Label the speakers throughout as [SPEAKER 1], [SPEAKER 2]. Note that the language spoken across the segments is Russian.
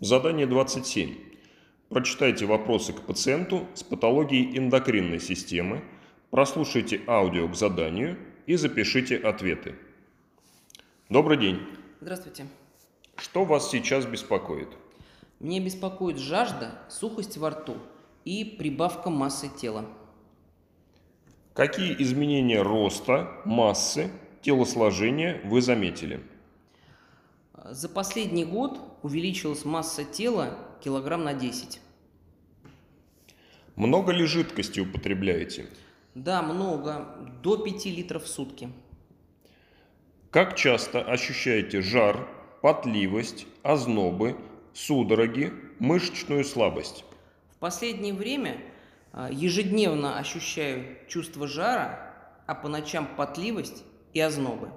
[SPEAKER 1] Задание 27. Прочитайте вопросы к пациенту с патологией эндокринной системы, прослушайте аудио к заданию и запишите ответы. Добрый день.
[SPEAKER 2] Здравствуйте.
[SPEAKER 1] Что вас сейчас беспокоит?
[SPEAKER 2] Меня беспокоит жажда, сухость во рту и прибавка массы тела.
[SPEAKER 1] Какие изменения роста, массы, телосложения вы заметили?
[SPEAKER 2] За последний год увеличилась масса тела килограмм на 10.
[SPEAKER 1] Много ли жидкости употребляете?
[SPEAKER 2] Да, много, до 5 литров в сутки.
[SPEAKER 1] Как часто ощущаете жар, потливость, ознобы, судороги, мышечную слабость?
[SPEAKER 2] В последнее время а, ежедневно ощущаю чувство жара, а по ночам потливость и ознобы.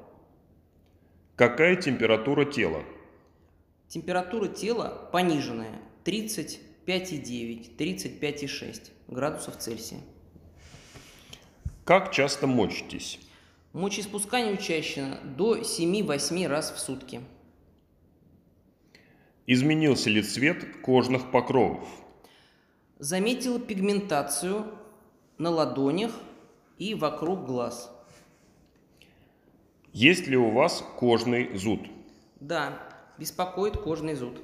[SPEAKER 1] Какая температура тела?
[SPEAKER 2] Температура тела пониженная 35,9, 35,6 градусов Цельсия.
[SPEAKER 1] Как часто мочитесь?
[SPEAKER 2] Мочеиспускание чаще до 7-8 раз в сутки.
[SPEAKER 1] Изменился ли цвет кожных покровов?
[SPEAKER 2] Заметила пигментацию на ладонях и вокруг глаз.
[SPEAKER 1] Есть ли у вас кожный зуд?
[SPEAKER 2] Да, беспокоит кожный зуд.